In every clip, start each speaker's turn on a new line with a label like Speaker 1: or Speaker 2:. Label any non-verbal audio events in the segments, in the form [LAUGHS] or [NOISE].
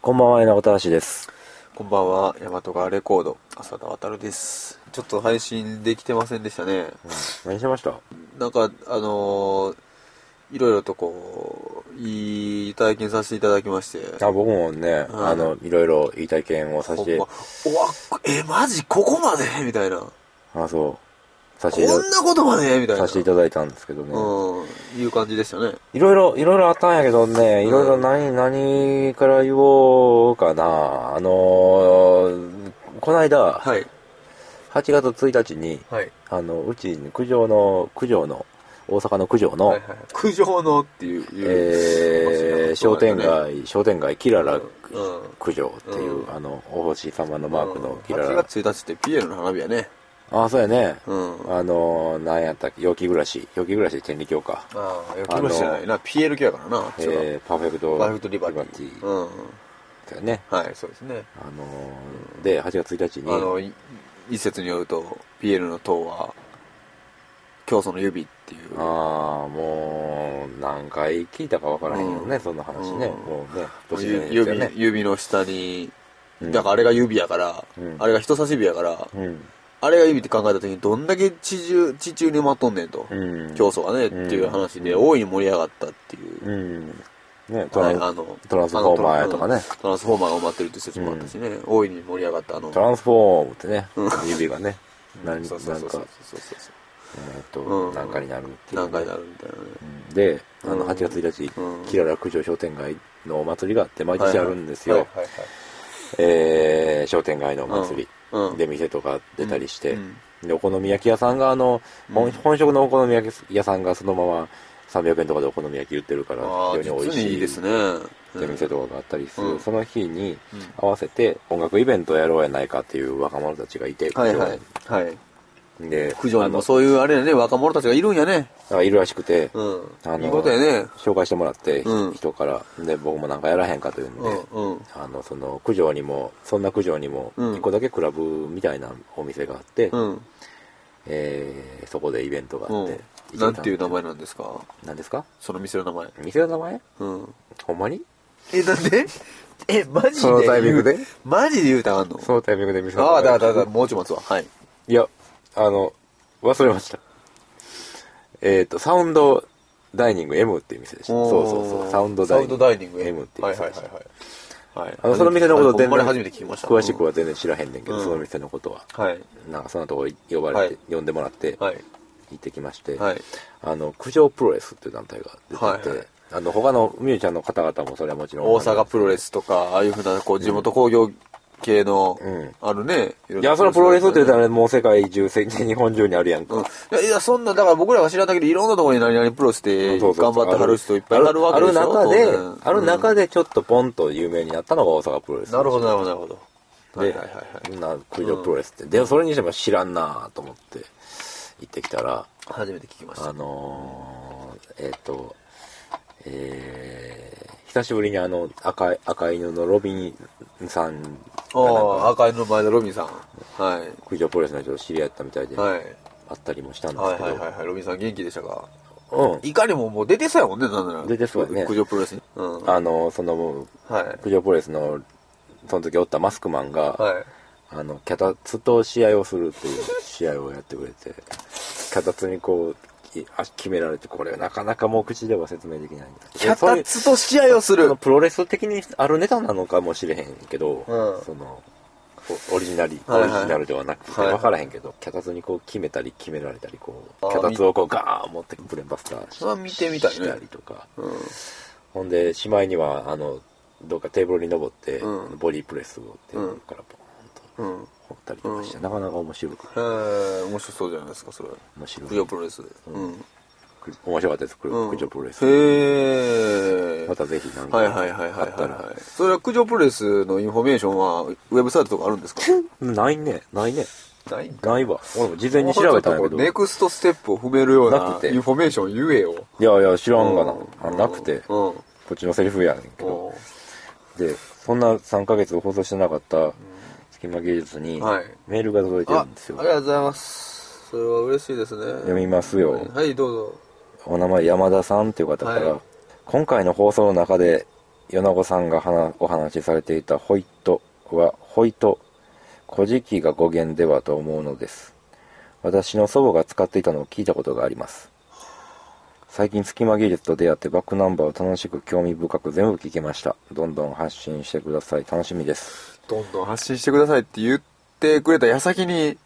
Speaker 1: こんばんは、えなこたわしです。
Speaker 2: こんばんは、ヤマトガレコード、浅田渉です。ちょっと配信できてませんでしたね。
Speaker 1: 何してました
Speaker 2: なんか、あのーいろいろとこう、いい体験させていただきまして。
Speaker 1: あ僕もね、
Speaker 2: うん
Speaker 1: あの、いろいろいい体験をさせ
Speaker 2: ほん
Speaker 1: て
Speaker 2: ま、、おわ、え、マジここまでみたいな。こ
Speaker 1: あ、そう、させていた
Speaker 2: んなことまでみたいな。
Speaker 1: させていただいたんですけどね。
Speaker 2: うん、いう感じでしたね。
Speaker 1: いろいろ、いろいろあったんやけどね、いろいろ何、何から言おうかな。あのーこの間、
Speaker 2: はい。
Speaker 1: 8月1日に、
Speaker 2: はい。
Speaker 1: あの、うち、九条の、九条の、大阪の九条の、
Speaker 2: はいはい。苦情のっていう。
Speaker 1: えー、商店街、商店街、キララ
Speaker 2: うん。
Speaker 1: 九条っていう、
Speaker 2: うん
Speaker 1: あの、お星様のマークのキラ
Speaker 2: 8
Speaker 1: ラ。
Speaker 2: 月1日ってピエロの花火やね。
Speaker 1: あ、そうやね。
Speaker 2: うん。
Speaker 1: あのー、なんやったっけ、陽気暮らし。陽気暮らしで天理教か。
Speaker 2: ああ、焼き虫じゃないな、PL 系やからな、あっちは
Speaker 1: えー、パーフェクト、
Speaker 2: バイフとリバティ。
Speaker 1: リバ
Speaker 2: うん。
Speaker 1: ティだよね。
Speaker 2: はい、そうですね。
Speaker 1: あのー、で、8月1日
Speaker 2: あ
Speaker 1: に、
Speaker 2: の、い一説によると、PL の塔は、教祖の指っていう。
Speaker 1: ああ、もう、何回聞いたかわからへんよね、そんな話ね。
Speaker 2: うん
Speaker 1: もうね、
Speaker 2: 指
Speaker 1: 年齢ですよ
Speaker 2: 指
Speaker 1: ね。
Speaker 2: 指の下に、
Speaker 1: うん
Speaker 2: だからあれが指やから、
Speaker 1: うん
Speaker 2: あれが人差し指やから、
Speaker 1: うん。
Speaker 2: あれが指って考えた時にどんだけ地中、地中に埋まっとんねんと、
Speaker 1: うん。
Speaker 2: 教祖がね、っていう話で大いに盛り上がったっていう、
Speaker 1: うん。ね、ト
Speaker 2: は
Speaker 1: ラ
Speaker 2: い
Speaker 1: ン
Speaker 2: あの
Speaker 1: トランスフォーマーやとかね
Speaker 2: あのトラントランスフォーマーが埋まってるっていう説もあったしね、大いに盛り上がったあの
Speaker 1: トランスフォームってね
Speaker 2: う、
Speaker 1: 指がね、何
Speaker 2: そうそう
Speaker 1: な
Speaker 2: そ
Speaker 1: ん
Speaker 2: うそ
Speaker 1: か
Speaker 2: う、そうそうそう
Speaker 1: えーっと、
Speaker 2: うん
Speaker 1: 何回になるっていうね。
Speaker 2: 何回になるみたいなね
Speaker 1: で、あ
Speaker 2: う
Speaker 1: の、
Speaker 2: ん
Speaker 1: 8月1
Speaker 2: うん
Speaker 1: 日、キララ九条商店街のお祭りがあって、毎年あるんですよ。
Speaker 2: はいはい
Speaker 1: えー商店街のお祭
Speaker 2: はいはい、う
Speaker 1: り。
Speaker 2: ん
Speaker 1: で、店とか出たりして
Speaker 2: う、ん
Speaker 1: で、お好み焼き屋さんが、あの、ほん本職のお好み焼き屋さんがそのまま300円とかでお好み焼き売ってるから、
Speaker 2: ああ
Speaker 1: 非常に美味
Speaker 2: 実
Speaker 1: し
Speaker 2: に
Speaker 1: い。
Speaker 2: いいですね
Speaker 1: で、店とかがあったりす
Speaker 2: う
Speaker 1: る。
Speaker 2: ん
Speaker 1: その日に
Speaker 2: うん
Speaker 1: 合わせて音楽イベントやろうやないかっていう若者たちがいて、
Speaker 2: はいはいは
Speaker 1: 九条
Speaker 2: い
Speaker 1: にで、
Speaker 2: 九条に
Speaker 1: あ
Speaker 2: も
Speaker 1: の
Speaker 2: そういうあれやね若者たちがいるんやね
Speaker 1: あいるらしくて、
Speaker 2: うん
Speaker 1: あの
Speaker 2: いいことやね
Speaker 1: 紹介してもらって、
Speaker 2: うん
Speaker 1: 人から。で、僕もなんかやらへんかというん
Speaker 2: う
Speaker 1: で、
Speaker 2: んうん
Speaker 1: あのその九条にもそんな九条にも
Speaker 2: うん
Speaker 1: 一個だけクラブみたいなお店があって、
Speaker 2: うん
Speaker 1: えーそこでイベントがあっ
Speaker 2: う
Speaker 1: て、
Speaker 2: んなんていう名前なんですか
Speaker 1: なんですか
Speaker 2: その店の名前
Speaker 1: 店の名前
Speaker 2: うん
Speaker 1: ほんまに
Speaker 2: えなんでえマジで
Speaker 1: そのタイミングで
Speaker 2: 言うマジで言うたらあんの
Speaker 1: そのタイミングで店の名
Speaker 2: あ
Speaker 1: 前
Speaker 2: あだからだからもうちょい待つわはい
Speaker 1: いやあの忘れましたえっ、とサウンドダイニング M っていう店でしたそうそうそうサウンドダイニング
Speaker 2: ング
Speaker 1: M っていう店でした、
Speaker 2: はいはいはいはいはい
Speaker 1: あのその店のこと
Speaker 2: 全
Speaker 1: 全
Speaker 2: 然
Speaker 1: 然
Speaker 2: 初めて聞きました
Speaker 1: 詳しくは全然知らへんねんけど、
Speaker 2: うん
Speaker 1: その店のことは
Speaker 2: うんはい
Speaker 1: なんかそんなとこ呼ばれて、
Speaker 2: は
Speaker 1: 呼んでもらって行
Speaker 2: はい
Speaker 1: ってきまして、
Speaker 2: はい
Speaker 1: あの九条プロレスっていう団体が出てて、
Speaker 2: はいはい
Speaker 1: あの他のミュージシャンの方々もそれはもちろん
Speaker 2: 大阪プロレスとかああいうふうなこう地元工業系の
Speaker 1: うん
Speaker 2: あるねい
Speaker 1: いやそれはプロレスって言った
Speaker 2: ら
Speaker 1: らもう世界中世界日本中にあるやんか、
Speaker 2: いやいやそんなだから僕らが知らんだけでいろんなところに何々プロして
Speaker 1: そう
Speaker 2: 頑
Speaker 1: そう
Speaker 2: 張ってはる人いっぱいあるわけでしょ
Speaker 1: ある
Speaker 2: 当
Speaker 1: 中で、
Speaker 2: 然
Speaker 1: ある
Speaker 2: う
Speaker 1: 中でちょっとポンと有名になったのが大阪プロレス
Speaker 2: んなるほどなるほどなるほど
Speaker 1: で、
Speaker 2: はいはいはいはい
Speaker 1: な九条プロレスって、でそれにしても知らんなと思って行ってきたら
Speaker 2: 初めて聞きました
Speaker 1: あのー、えっ、とえー、久しぶりにあの赤い赤犬のロビンさんがなん
Speaker 2: ああ
Speaker 1: か
Speaker 2: 赤いの前のロビンさんはい
Speaker 1: 九条プロレスの人と知り合ったみたいで、
Speaker 2: はい
Speaker 1: あったりもしたんです
Speaker 2: はい
Speaker 1: けど、
Speaker 2: はいはいはい、ロビンさん元気でしたか
Speaker 1: うん
Speaker 2: いかにももう出てそうやもんね、なんなら。
Speaker 1: 出てそうやね
Speaker 2: 苦情プロレスに。うん。は
Speaker 1: あのその
Speaker 2: い。はい。
Speaker 1: 九条プロレスのその時おったマスクマンが、あの脚立と試合をするっていう試合をやってくれて脚立にこうきあ決められてこれなかなかもう口では説明できないんだ
Speaker 2: キャタツと試合をす
Speaker 1: そ
Speaker 2: る
Speaker 1: の。プロレス的にあるネタなのかもしれへんけど、
Speaker 2: うん
Speaker 1: そのおオリジナリ、
Speaker 2: はいはい
Speaker 1: オリジナルではなくて
Speaker 2: はい
Speaker 1: 分からへんけど、脚立にこう決めたり決められたりこう
Speaker 2: あー
Speaker 1: 脚立をこうガーン持ってブレンバスターし
Speaker 2: それは見てみたいね
Speaker 1: したりとか
Speaker 2: うん。
Speaker 1: ほんでしまいにはあのどうかテーブルに登って、
Speaker 2: うん
Speaker 1: ボディープレスをテーブルからポーンと
Speaker 2: うん。
Speaker 1: 掘ったりとかして、なかなか面白く
Speaker 2: えー、面白そうじゃないですか、それ。
Speaker 1: 面白
Speaker 2: 苦
Speaker 1: い
Speaker 2: 情プロレス。うん。
Speaker 1: 面白かったです、ク
Speaker 2: うん。
Speaker 1: クジョプロレス。
Speaker 2: へえ。
Speaker 1: またぜひなんか、
Speaker 2: はいはいはいはい
Speaker 1: あった
Speaker 2: はい
Speaker 1: ら。
Speaker 2: はい。それは苦情プロレスのインフォメーションは、ウェブサイトとかあるんですか
Speaker 1: ないね、ないね。
Speaker 2: ない
Speaker 1: ないわ。俺も事前に調べたんやけど。
Speaker 2: ネクストステップを踏めるよう
Speaker 1: な
Speaker 2: な
Speaker 1: くて
Speaker 2: インフォメーション言えよ。
Speaker 1: いやいや、知らんがな。あ
Speaker 2: うん
Speaker 1: なくて、こ
Speaker 2: うん。うん
Speaker 1: っちのセリフやねんけど。で、そんな3ヶ月放送してなかった隙間芸術に、
Speaker 2: はい
Speaker 1: メールが届いてるんですよ
Speaker 2: ああり。がとうございますそれは嬉しいですね
Speaker 1: 読みますよ。
Speaker 2: はいどうぞ
Speaker 1: お名前山田さんっていう方から、
Speaker 2: はい
Speaker 1: 今回の放送の中で米子さんが話お話しされていたホイトは、ホイト、古事記が語源ではと思うのです。私の祖母が使っていたのを聞いたことがあります。最近隙間芸術と出会ってバックナンバーを楽しく興味深く全部聞きました。どんどん発信してください。楽しみです。
Speaker 2: どんどん発信してくださいって言ってくれた矢先に、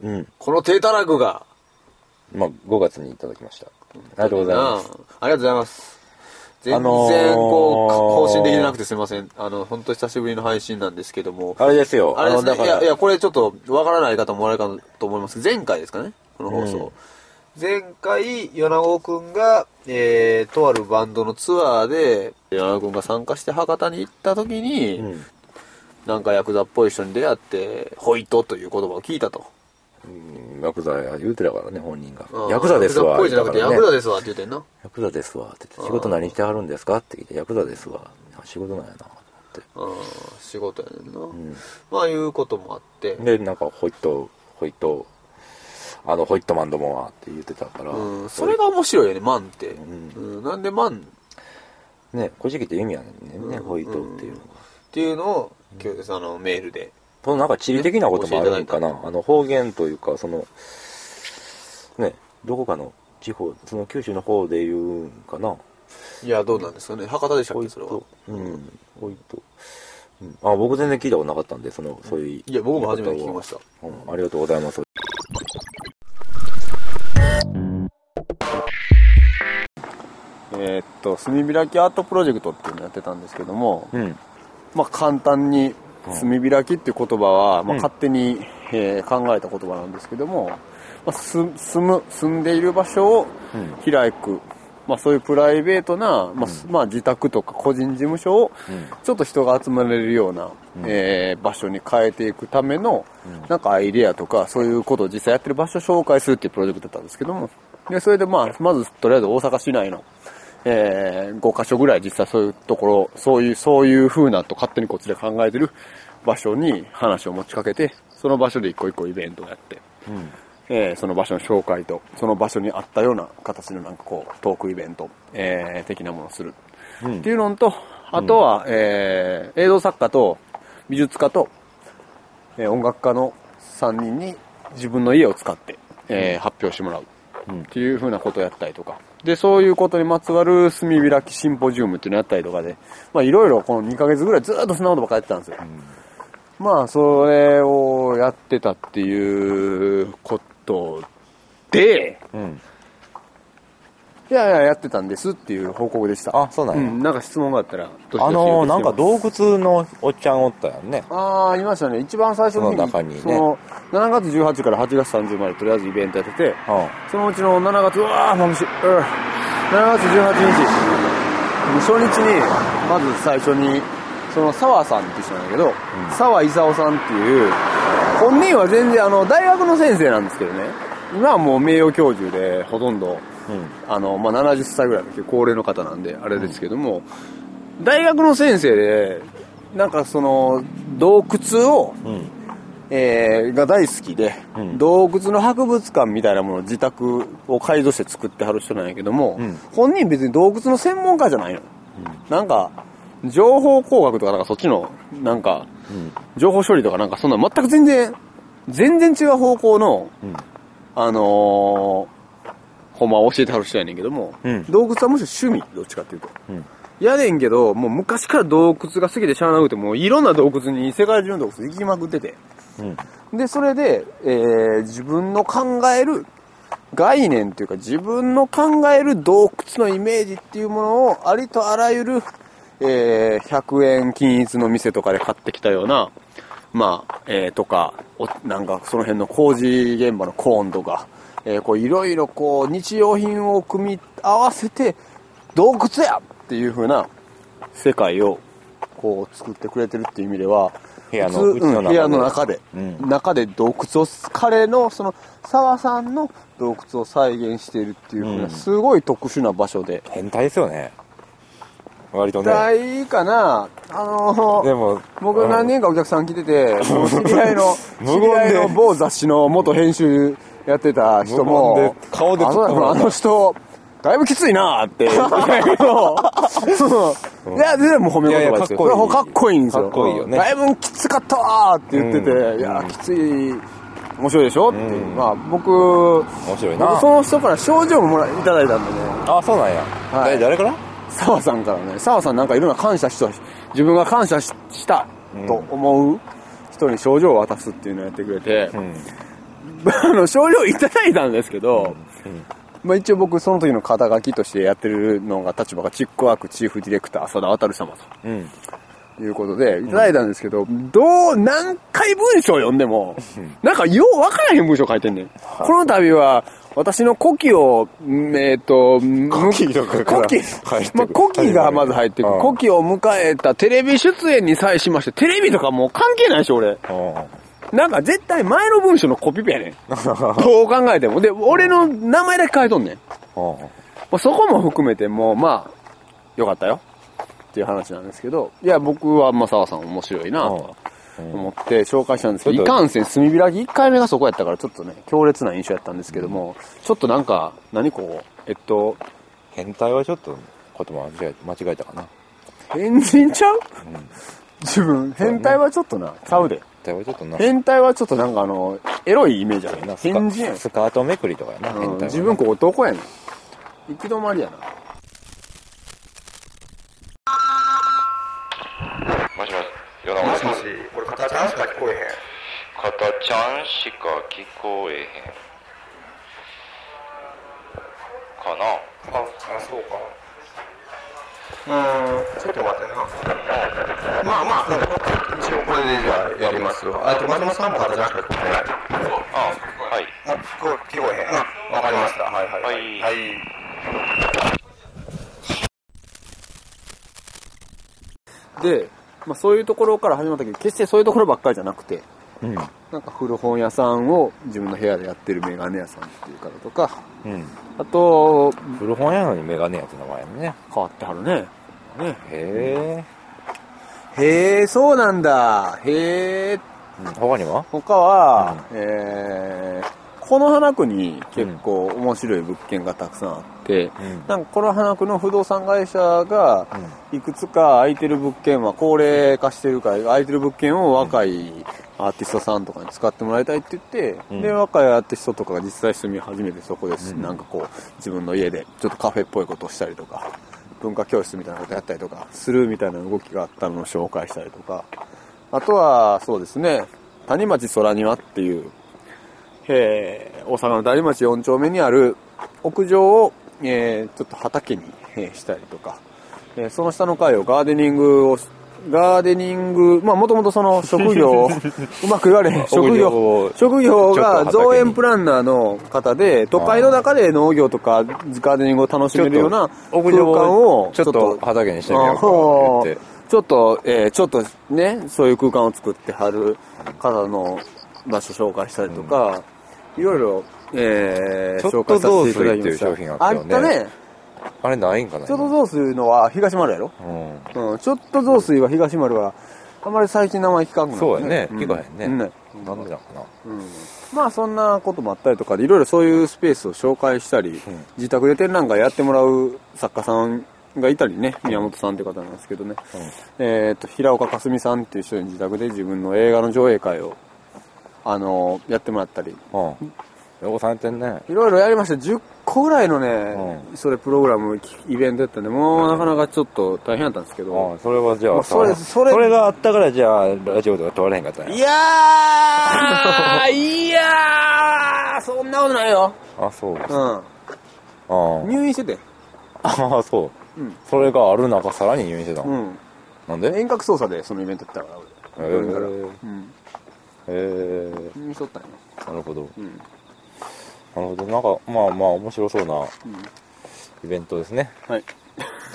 Speaker 1: うん。
Speaker 2: この低たらくが。
Speaker 1: まあ、5月にいただきました。ありがとうございます。
Speaker 2: なあ。ありがとうございます。全
Speaker 1: あ
Speaker 2: 然
Speaker 1: のー
Speaker 2: こう、更新できてなくてすいません。あの、本当久しぶりの配信なんですけども。
Speaker 1: あれですよ。
Speaker 2: あれです
Speaker 1: の
Speaker 2: ね。
Speaker 1: だ
Speaker 2: いや、
Speaker 1: か
Speaker 2: い
Speaker 1: ら
Speaker 2: や、これちょっと、わからない方もおられるかと思います。前回ですかね、この放送。前回、米子くんが、えー、とあるバンドのツアーで、米子くんが参加して博多に行った時に、
Speaker 1: うん。
Speaker 2: なんかヤクザっぽい人に出会って、ホイトという言葉を聞いたと。
Speaker 1: うんヤクザや言うてたからね、本人が
Speaker 2: う。ん
Speaker 1: ヤクザですわ。
Speaker 2: ヤクザっぽいじゃ
Speaker 1: 言
Speaker 2: なくて、
Speaker 1: う
Speaker 2: ヤ
Speaker 1: たから
Speaker 2: クザ
Speaker 1: ね
Speaker 2: ですわって言ってんな。
Speaker 1: ヤクザですわって言
Speaker 2: う
Speaker 1: っ
Speaker 2: ん
Speaker 1: て、仕事何してはるんですかって聞いて、ヤクザですわ。あ仕事なんやな、と
Speaker 2: うん、仕事やねんな。
Speaker 1: 思って。
Speaker 2: まあ、いうこともあって。
Speaker 1: うん。で、なんか、ホイット、ホイット、あの、ホイットマンどもはって言ってたから、
Speaker 2: うん、それが面白いよね、マンって。
Speaker 1: ん
Speaker 2: うん、なんでマンっ
Speaker 1: ね、古事記って意味やねんね、
Speaker 2: うん
Speaker 1: ホイットっていうのが。
Speaker 2: ていうのを、今日です、あの、メールで。
Speaker 1: そのなんか地理的なこともあるんか
Speaker 2: 教えていた
Speaker 1: な。あの、方言というか、その、ね、どこかの地方、その九州の方で言うんかな。
Speaker 2: いや、どうなんですかね。博多でしたっ
Speaker 1: ホイ
Speaker 2: け、それは
Speaker 1: ッ。ト、うん、ホイット。うんあ、僕全然聞いたことなかったんで、その、そういう。
Speaker 2: いや、僕も初めて聞きました。
Speaker 1: た。うん、ありがとうございます。
Speaker 2: えーっと、炭開きアートプロジェクトっていうのをやってたんですけども、
Speaker 1: うん。
Speaker 2: まあ、簡単に、炭開きっていう言葉は、まあ、
Speaker 1: うん
Speaker 2: 勝手に、えー考えた言葉なんですけども、まあ、す住む、住んでいる場所を
Speaker 1: うん。
Speaker 2: 開く。まあ、そういうプライベートな、まあ、すまあ、自宅とか個人事務所を
Speaker 1: うん。
Speaker 2: ちょっと人が集まれるような、えー場所に変えていくための、なんかアイデアとか、そういうことを実際やってる場所を紹介するっていうプロジェクトだったんですけども、でそれでまあ、まずとりあえず大阪市内の、え5カ所ぐらい実際そういうところ、そういう、そういう風なと勝手にこっちで考えてる場所に話を持ちかけて、その場所で一個一個イベントをやって、
Speaker 1: うん。
Speaker 2: えーその場所の紹介と、その場所に合ったような形のなんかこう、トークイベント、えー的なものをする。
Speaker 1: うん
Speaker 2: っていうのと、あとは、えー映像作家と美術家と、えー音楽家の3人に自分の家を使って、えー発表してもらう
Speaker 1: うん
Speaker 2: っていうふうなことをやったりとか、で、そういうことにまつわる炭開きシンポジウムっていうのをやったりとかで、まあいろいろこの2ヶ月ぐらいずっとそんなことばっかりやってたんですよ。まあ、それをやってたっていうことで、
Speaker 1: うん。
Speaker 2: いやいや、やってたんですっていう報告でした。
Speaker 1: あそうなんや
Speaker 2: なんか質問があったら、どしどし
Speaker 1: あ
Speaker 2: お
Speaker 1: のー、な
Speaker 2: 受けして
Speaker 1: んか
Speaker 2: ます
Speaker 1: 洞窟のおっちゃんおったやんね。
Speaker 2: ああ、いましたね。一番最初の
Speaker 1: そ
Speaker 2: 日
Speaker 1: の中にね
Speaker 2: その7月18から8月30までとりあえずイベントやってて、
Speaker 1: う
Speaker 2: そのうちの7月、うわー、眩しい。うん、7月18日、初日に、まず最初に、その沢さんって人なんだけど、沢勲さんっていう、本人は全然あの、大学の先生なんですけどね、今はもう名誉教授で、ほとんど、
Speaker 1: ん。うん。
Speaker 2: あの、まあ、70歳ぐらいの高齢の方なんで、あれですけども、大学の先生で、なんかその、洞窟を、
Speaker 1: うん。
Speaker 2: えーが大好きで、
Speaker 1: うん
Speaker 2: 洞窟の博物館みたいなものを自宅を改造して作ってはる人なんやけども、
Speaker 1: うん
Speaker 2: 本人別に洞窟の専門家じゃないの。なんか、情報工学とかなんかそっちの、なんか、
Speaker 1: うん。
Speaker 2: 情報処理とかなんかそんな全く全然、全然違う方向の、
Speaker 1: うん。
Speaker 2: あのー、ほんまは教えてはる人やねんけども、
Speaker 1: うん
Speaker 2: 洞窟はむしろ趣味、どっちかっていうと。
Speaker 1: うん。
Speaker 2: やねんけど、もう昔から洞窟が好きでしゃあなくて、もういろんな洞窟に、世界中の洞窟行きまくってて。
Speaker 1: うん。
Speaker 2: で、それで、えー自分の考える概念というか、自分の考える洞窟のイメージっていうものを、ありとあらゆる、えー100円均一の店とかで買ってきたような、まあ、えーとか、おなんかその辺の工事現場のコーンとか、えーこういろいろこう、日用品を組み合わせて、洞窟やっていう風な世界を、こう作ってくれてるっていう意味では、
Speaker 1: 部屋の
Speaker 2: 普
Speaker 1: う
Speaker 2: 通
Speaker 1: ちの中
Speaker 2: うん
Speaker 1: で
Speaker 2: 部屋の中で、
Speaker 1: うん
Speaker 2: 中で洞窟を彼のその澤さんの洞窟を再現しているっていうふう
Speaker 1: う
Speaker 2: なんすごい特殊な場所で、
Speaker 1: 変態ですよね。割とね。
Speaker 2: 大かなあの
Speaker 1: でも、
Speaker 2: 僕何年かお客さん来てて、もう知り合い
Speaker 3: [LAUGHS]
Speaker 2: の
Speaker 1: 無言
Speaker 2: 知
Speaker 1: で
Speaker 2: り合いの某雑誌の元編集やってた人も
Speaker 1: 無言で顔で
Speaker 2: あ
Speaker 1: 撮っ
Speaker 2: そう
Speaker 1: た
Speaker 2: だ
Speaker 1: もん
Speaker 2: あの人だいぶきついなーって言ってたけど、そういや、全然もう褒め言葉ですよ。
Speaker 3: いやいや
Speaker 2: これかっこいいんですよ。
Speaker 3: かっこいいよね
Speaker 2: だいぶきつかったわーって言ってて、
Speaker 3: うん
Speaker 2: いや、きつい、面白いでしょっていう。
Speaker 3: うん
Speaker 2: まあ、僕、
Speaker 3: 面白い
Speaker 2: 僕
Speaker 3: な
Speaker 2: その人から賞状ももらいただいたんでね、
Speaker 3: あそうなんや、
Speaker 2: はい
Speaker 3: だ誰から
Speaker 2: 澤さんからね、澤さんなんかいろんな感謝した、自分が感謝ししたと思う人に賞状を渡すっていうのをやってくれて、
Speaker 3: ん
Speaker 2: [LAUGHS] あの、賞状いただいたんですけど、まあ一応僕その時の肩書きとしてやってるのが立場がチックワークチーフディレクター浅田渉様
Speaker 3: うん
Speaker 2: ということでいただいたんですけど、どう何回文章読んでもなんかよう分からへん文章書いてんねんこの度は私の古希をんえっ、と古
Speaker 3: 希とかか
Speaker 2: 古
Speaker 3: ら入って
Speaker 2: 希
Speaker 3: くる
Speaker 2: まあ古希がまず入ってくる
Speaker 3: うん
Speaker 2: 古希を迎えたテレビ出演に際しましてテレビとかもう関係ないでしょ俺なんか絶対前の文章のコピペ
Speaker 3: [LAUGHS]
Speaker 2: やねんどう考えてもで俺の名前だけ書いとんねん
Speaker 1: [LAUGHS]
Speaker 2: まあ、そこも含めてもうまあよかったよっていう話なんですけどいや僕はまあ澤さん面白いなと思って紹介したんですけ
Speaker 3: ち
Speaker 2: ど
Speaker 3: ょ
Speaker 2: い
Speaker 3: っと
Speaker 2: かんせん炭開き1回目がそこやったからちょっとね強烈な印象やったんですけども、ちょっとなんか何こうえっと
Speaker 3: 変態はちょっと言葉間違え間違えたかな
Speaker 2: 変人ちゃう、自分変態はちょっとな、ちゃうで
Speaker 3: 変態はちょっとな
Speaker 2: 変態はちょっとなんかあのエロいイメージある
Speaker 3: な
Speaker 2: な
Speaker 3: スカ
Speaker 2: 変人やん
Speaker 3: スカートめくりとかやな、変態
Speaker 2: う
Speaker 3: は
Speaker 2: ん
Speaker 3: な
Speaker 2: 自分こう男やねん行き止まりやな
Speaker 4: もしもし、よなもしもし、俺、カタちゃんしか聞こえへん。カタちゃんしか聞こえへん。かなあ、あ、そうか。うーん、ちょっと待ってな。まあまあ、一応これでじゃあやりますわ。あと、松本さんもカタちゃんしか聞こえない。あ、はい。あ、聞こえ、聞こえへん。わかりました。はいはい。はい。はい
Speaker 2: で、まあ、そういうところから始まったけど決してそういうところばっかりじゃなくて
Speaker 3: うん
Speaker 2: なんか古本屋さんを自分の部屋でやってるメガネ屋さんっていう方とか
Speaker 3: うん
Speaker 2: あと
Speaker 3: 古本屋なのにメガネやって名前やね
Speaker 2: 変わってはるねね
Speaker 3: へ
Speaker 2: へえそうなんだへえ
Speaker 3: え、うん、他には
Speaker 2: 他は、えーこの花区に結構面白い物件がたくさんあって、
Speaker 3: うん
Speaker 2: なんかこの花区の不動産会社がいくつか空いてる物件は高齢化してるから空いてる物件を若いアーティストさんとかに使ってもらいたいって言って、
Speaker 3: うん
Speaker 2: で若いアーティストとかが実際住み始めてそこです、
Speaker 3: うん
Speaker 2: なんかこう自分の家でちょっとカフェっぽいことをしたりとか文化教室みたいなことやったりとかするみたいな動きがあったのを紹介したりとかあとはそうですね谷町空庭っていうえー大阪の大町4丁目にある屋上を、えーちょっと畑に、えーしたりとか、えーその下の階をガーデニングをしガーデニングまあもともとその職業
Speaker 3: [LAUGHS]
Speaker 2: をうまく言われへん職
Speaker 3: 屋上
Speaker 2: 業
Speaker 3: を
Speaker 2: 職業
Speaker 3: ちょっ
Speaker 2: が
Speaker 3: と畑に
Speaker 2: 造園プランナーの方で都会の中で農業とかガーデニングを楽しめるような空間を
Speaker 3: ちょっと畑にしてみようかって言って
Speaker 2: ちょっと、えーちょっとね、そういう空間を作ってはる方の場所紹介したりとか、いろいろ、えー
Speaker 3: ちょ
Speaker 2: 紹介
Speaker 3: っと
Speaker 2: させていただきました。
Speaker 3: 雑炊っていう商品あったよね
Speaker 2: あったね。
Speaker 3: あれないんかな
Speaker 2: ちょっと雑炊のは東丸やろ、
Speaker 3: うん
Speaker 2: うん、ちょっと雑炊は東丸は、あまり最近名前聞かんくなった
Speaker 3: そうやね
Speaker 2: ん
Speaker 3: 聞かへんね
Speaker 2: ね
Speaker 3: なんでなんかな
Speaker 2: まあそんなこともあったりとかでいろいろそういうスペースを紹介したり、自宅で展覧会やってもらう作家さんがいたりね宮本さんって方なんですけどね、えー、と平岡かすみさんっていう人に自宅で自分の映画の上映会を、あのやってもらったり
Speaker 3: うん汚されてんね
Speaker 2: いろいろやりました10個ぐらいのね、それプログラムイベントやったんでもうなかなかちょっと大変だったんですけど、
Speaker 3: うんそれはじゃあ、
Speaker 2: まあそれ
Speaker 3: さ
Speaker 2: それ
Speaker 3: があったからじゃあラジオでは通られへんかったん
Speaker 2: い
Speaker 3: や
Speaker 2: やーいやーそんなことないよ、
Speaker 3: あそう、あ
Speaker 2: う
Speaker 3: あ
Speaker 2: ん、入院してて
Speaker 3: ああそう、
Speaker 2: うん
Speaker 3: それがある中さらに入院してたの、
Speaker 2: うん
Speaker 3: なんで
Speaker 2: 遠隔操作でそのイベントやったから
Speaker 3: え
Speaker 2: 俺だから
Speaker 3: ー
Speaker 2: うん
Speaker 3: えー
Speaker 2: 見しとったんや
Speaker 3: なるほど、
Speaker 2: ん
Speaker 3: なるほどなんかまあまあ面白そうなイベントですね
Speaker 2: はい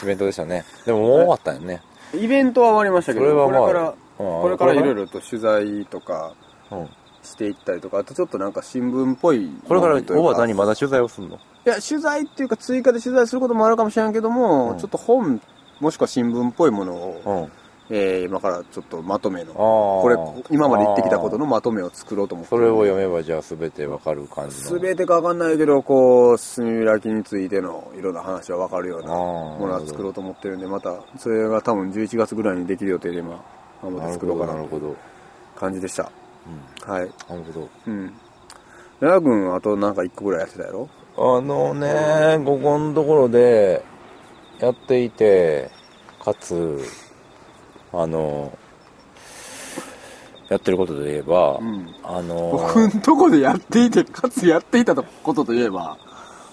Speaker 3: イベントでしたねでももう終わったよね
Speaker 2: イベントは終わりましたけど
Speaker 3: それはまあ
Speaker 2: これから
Speaker 3: うん
Speaker 2: これからいろいろと取材とか
Speaker 3: うん
Speaker 2: していったりとかあとちょっとなんか新聞っぽい
Speaker 3: これから
Speaker 2: ものという
Speaker 3: 大和田にまだ取材をするの
Speaker 2: いや取材っていうか追加で取材することもあるかもしれんけども、
Speaker 3: うん
Speaker 2: ちょっと本もしくは新聞っぽいものを
Speaker 3: うん
Speaker 2: えー今からちょっとまとめの、
Speaker 1: あ
Speaker 2: これ、今まで言ってきたことのまとめを作ろうと思って
Speaker 1: それを読めばじゃあ全てわかる感じの
Speaker 2: 全てかわかんないけどこう炭開きについてのいろんな話はわかるような
Speaker 1: あー
Speaker 2: ものは作ろうと思ってるんでまたそれが多分11月ぐらいにできる予定で今頑張って作ろうかな
Speaker 1: なるほど
Speaker 2: 感じでした、はい
Speaker 1: なるほど
Speaker 2: うん奈良君あとなんか1個ぐらいやってたやろ
Speaker 1: あのね、ここのところでやっていて、かつ、あの、やってることで言えば、
Speaker 2: ん
Speaker 1: あ
Speaker 2: 僕
Speaker 1: の、
Speaker 2: んとこでやっていてかつやっていたことといえば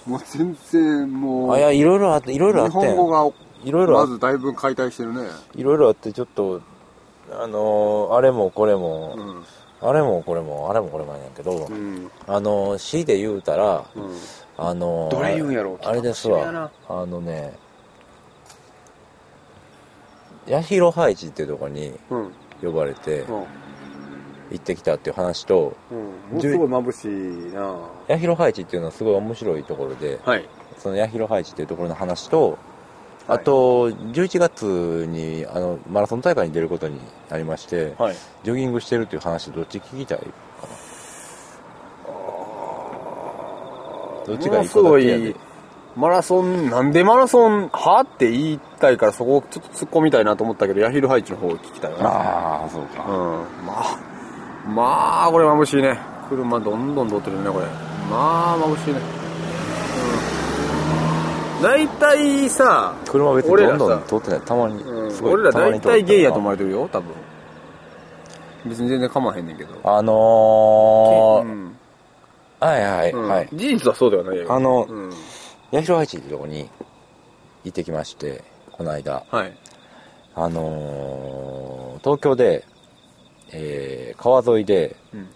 Speaker 2: もう全然もう
Speaker 1: あ、いや、いろいろあって、いろいろあ
Speaker 2: 日
Speaker 1: ってん、
Speaker 2: 本語が
Speaker 1: いろいろあ
Speaker 2: まずだいぶ解体してるね
Speaker 1: いろいろあって、ちょっと、あの、あれもこれも、
Speaker 2: ん
Speaker 1: あれもこれも、あれもこれもやねんけど、
Speaker 2: うん
Speaker 1: あの、死で言うたら、
Speaker 2: うん
Speaker 1: あの、
Speaker 2: どれ言うんやろ
Speaker 1: あれです
Speaker 2: 聞いたかも
Speaker 1: わ。あのね、八広ハイジっていうとこに
Speaker 2: うん
Speaker 1: 呼ばれて
Speaker 2: うん
Speaker 1: 行ってきたっていう話と、
Speaker 2: うんもうすごい眩しいな
Speaker 1: 八広ハイジっていうのはすごい面白いところで、
Speaker 2: はい
Speaker 1: その八広ハイジっていうところの話と、あと、11月にあのマラソン大会に出ることになりまして、
Speaker 2: はい
Speaker 1: ジョギングしてるっていう話、どっち聞きたいかな。どっちがいいかだけや
Speaker 2: ものす
Speaker 1: で
Speaker 2: ごい。マラソンなんでマラソンはって言いたいからそこをちょっと突っ込みたいなと思ったけどヤヒルハイチの方を聞きたいな
Speaker 1: ああ、そうか。
Speaker 2: うんまあまあこれ眩しいね車どんどん通ってるねこれまあ眩しいねうん大体さ
Speaker 1: 車別に
Speaker 2: 俺ら
Speaker 1: ど
Speaker 2: さ
Speaker 1: んどん通ってないたまに、
Speaker 2: うん
Speaker 1: すごい
Speaker 2: 俺ら
Speaker 1: たま
Speaker 2: 大
Speaker 1: に通って
Speaker 2: 体
Speaker 1: る
Speaker 2: ゲイやと思われてるよ多分別に全然構わへんねんけど
Speaker 1: あのー
Speaker 2: うん
Speaker 1: はいはい
Speaker 2: うん
Speaker 1: はい、
Speaker 2: 事実はそうではないよ
Speaker 1: あの
Speaker 2: うん
Speaker 1: 八代愛知ってとこに行ってきましてこの間
Speaker 2: はい
Speaker 1: あのー東京で、えー川沿いで、
Speaker 2: うん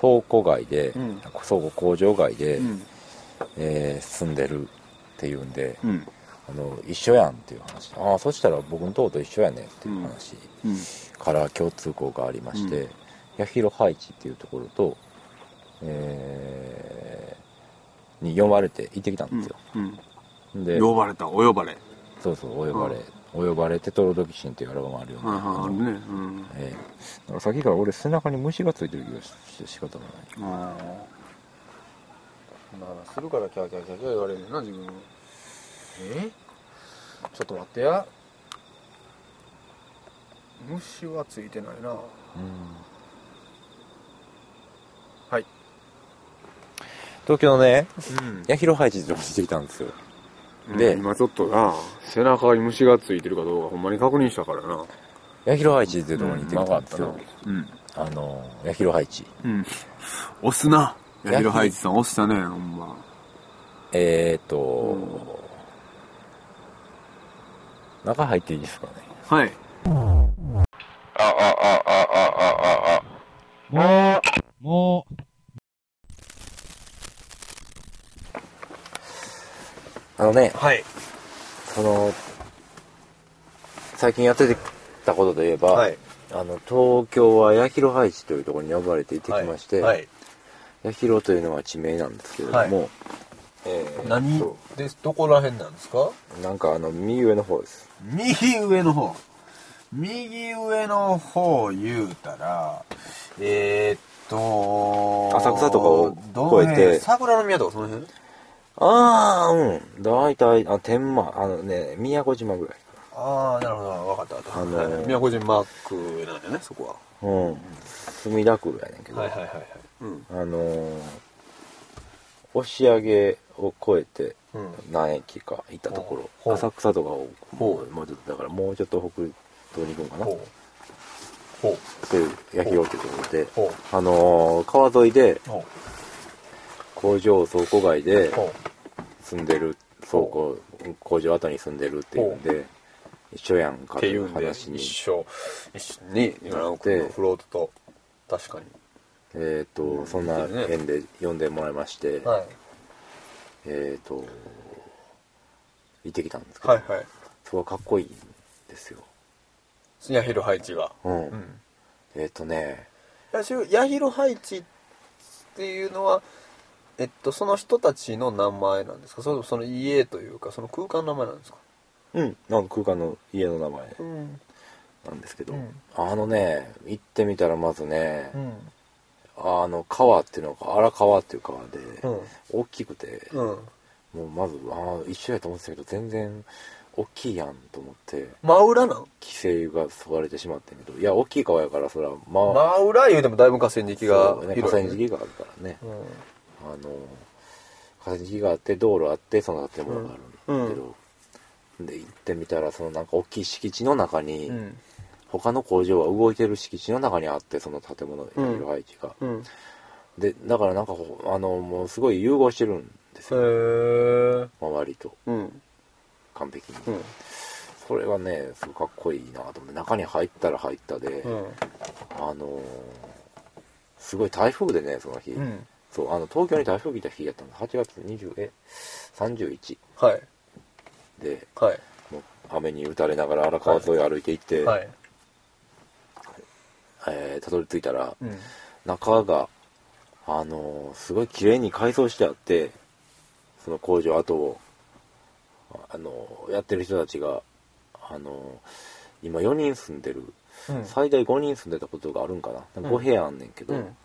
Speaker 1: 倉庫街で、
Speaker 2: ん
Speaker 1: 倉庫工場街で、
Speaker 2: うん
Speaker 1: えー住んでるっていうんで、
Speaker 2: うん
Speaker 1: あの一緒やんっていう話ああそしたら僕のとこと一緒やねっていう話、
Speaker 2: うん
Speaker 1: から共通項がありまして、八広ハイチっていうところと、えーに呼ばれて行ってきたんですよ、
Speaker 2: うん
Speaker 1: で
Speaker 2: 呼ばれたお呼ばれ
Speaker 1: そうそうお呼ばれ、お呼ばれて「トロドキシン」っていうアルバムあるよね、
Speaker 2: あるねうん
Speaker 1: えーだからさっきから俺背中に虫がついてる気がして仕方がない
Speaker 2: ああするからキャーキャーキャーキャー言われるな自分えちょっと待ってや虫はついてないなはい
Speaker 1: 東京のね
Speaker 2: う
Speaker 1: 八広ハイチってとこに行ってきたんですよ
Speaker 2: ん
Speaker 1: で
Speaker 2: 今ちょっとな背中に虫がついてるかどうかほんまに確認したからな
Speaker 1: 八広ハイチっていうとこに行ってきたんですよ、
Speaker 2: うん
Speaker 1: あの八広ハイチ
Speaker 2: うん押すな
Speaker 1: ヤ
Speaker 2: ヤヒ
Speaker 1: ヒ
Speaker 2: ロ
Speaker 1: ロ
Speaker 2: ハ
Speaker 1: ハ
Speaker 2: イ
Speaker 1: イ
Speaker 2: ジ
Speaker 1: ジ
Speaker 2: さん押したねほんま
Speaker 1: えー、っと、中入っていいですかね
Speaker 2: はい
Speaker 1: あのね
Speaker 2: はい
Speaker 1: その最近やってたことで言えば、
Speaker 2: はい
Speaker 1: あの東京は八広廃寺というところに呼ばれて行ってきまして、
Speaker 2: はい
Speaker 1: 八広というのは地名なんですけれども、えー
Speaker 2: 何ですどこら辺なんですか
Speaker 1: なんかあの右上の方です
Speaker 2: 右上の方右上の方言うたらえー、っと
Speaker 1: 浅草とかを
Speaker 2: どの辺
Speaker 1: 越えて
Speaker 2: 桜の宮とかその辺
Speaker 1: ああうん大体あ天満あのね宮古島ぐらい
Speaker 2: ああなるほど分かった分かった、
Speaker 1: あのー
Speaker 2: はい宮古島マーク上なんだよねそこ
Speaker 1: うん墨田区やねんけど、
Speaker 2: ははいはいはいはいうん
Speaker 1: あのー押上を越えて
Speaker 2: うん
Speaker 1: 何駅か行ったとこ
Speaker 2: ほ
Speaker 1: ろ
Speaker 2: う
Speaker 1: 浅草とかを
Speaker 2: ほう
Speaker 1: もうちょっとだからもうちょっと北東に行くんかな
Speaker 2: ほうほう
Speaker 1: という八広ってところで
Speaker 2: ほう
Speaker 1: あのー川沿いで
Speaker 2: ほう
Speaker 1: 工場倉庫街で
Speaker 2: ほ
Speaker 1: 住んでる倉庫工場跡に住んでるっていうんで一緒やんか
Speaker 2: うっ
Speaker 1: と
Speaker 2: てい
Speaker 1: いううん
Speaker 2: で
Speaker 1: 話に
Speaker 2: 一緒一緒に今のこ
Speaker 1: で
Speaker 2: のフロートと確かに
Speaker 1: えっとそんな縁で呼んでもらいまして
Speaker 2: はい
Speaker 1: えっと行ってきたんですけ
Speaker 2: は
Speaker 1: ど
Speaker 2: いはい
Speaker 1: すごいかっこいいんですよ
Speaker 2: ヤヒル配置が
Speaker 1: う
Speaker 2: うんん
Speaker 1: えっとね
Speaker 2: ヤシュヤヒロハイチっていうのは、えっと、その人たちの名前なんですかそれともその家というかその空間の名前なんですか
Speaker 1: うんなんか空間の家の名前
Speaker 2: うん
Speaker 1: なんですけど、
Speaker 2: うん
Speaker 1: あのね行ってみたらまずね
Speaker 2: う、ん
Speaker 1: あの川っていうのが荒川っていう川で、
Speaker 2: うん
Speaker 1: 大きくて、
Speaker 2: うん
Speaker 1: もうまずああ一緒やと思ってたけど全然大きいやんと思って
Speaker 2: 真裏なん
Speaker 1: 規制がそがれてしまったけどいや大きい川やからそらまあ、
Speaker 2: 真裏言うてもだいぶ河川敷が
Speaker 1: そうね、河
Speaker 2: 広い
Speaker 1: 川敷があるからね、
Speaker 2: うん
Speaker 1: あの河川敷があって道路あってその建物があるんだけど、で行ってみたらそのなんか大きい敷地の中に、
Speaker 2: うん
Speaker 1: 他の工場は動いてる敷地の中にあってその建物やいる配置が、
Speaker 2: うん
Speaker 1: でだからなんかほあのもうすごい融合してるんです
Speaker 2: へ
Speaker 1: よ
Speaker 2: ー
Speaker 1: 周りと
Speaker 2: うん
Speaker 1: 完璧に、
Speaker 2: うん
Speaker 1: それがねすごいかっこいいなと思って中に入ったら入ったで、
Speaker 2: うん
Speaker 1: あのーすごい台風でねその日、
Speaker 2: うん
Speaker 1: そうあの東京に台風来た日やったの8月20え31
Speaker 2: はい
Speaker 1: で
Speaker 2: はい
Speaker 1: もう雨に打たれながら荒川沿い歩いて行って、
Speaker 2: はい
Speaker 1: えーたどり着いたら
Speaker 2: うん
Speaker 1: 中があのーすごい綺麗に改装してあってその工場跡をあのーやってる人たちがあのー今4人住んでる
Speaker 2: うん
Speaker 1: 最大5人住んでたことがあるんかな
Speaker 2: うん
Speaker 1: 5部屋あんねんけど、
Speaker 2: うん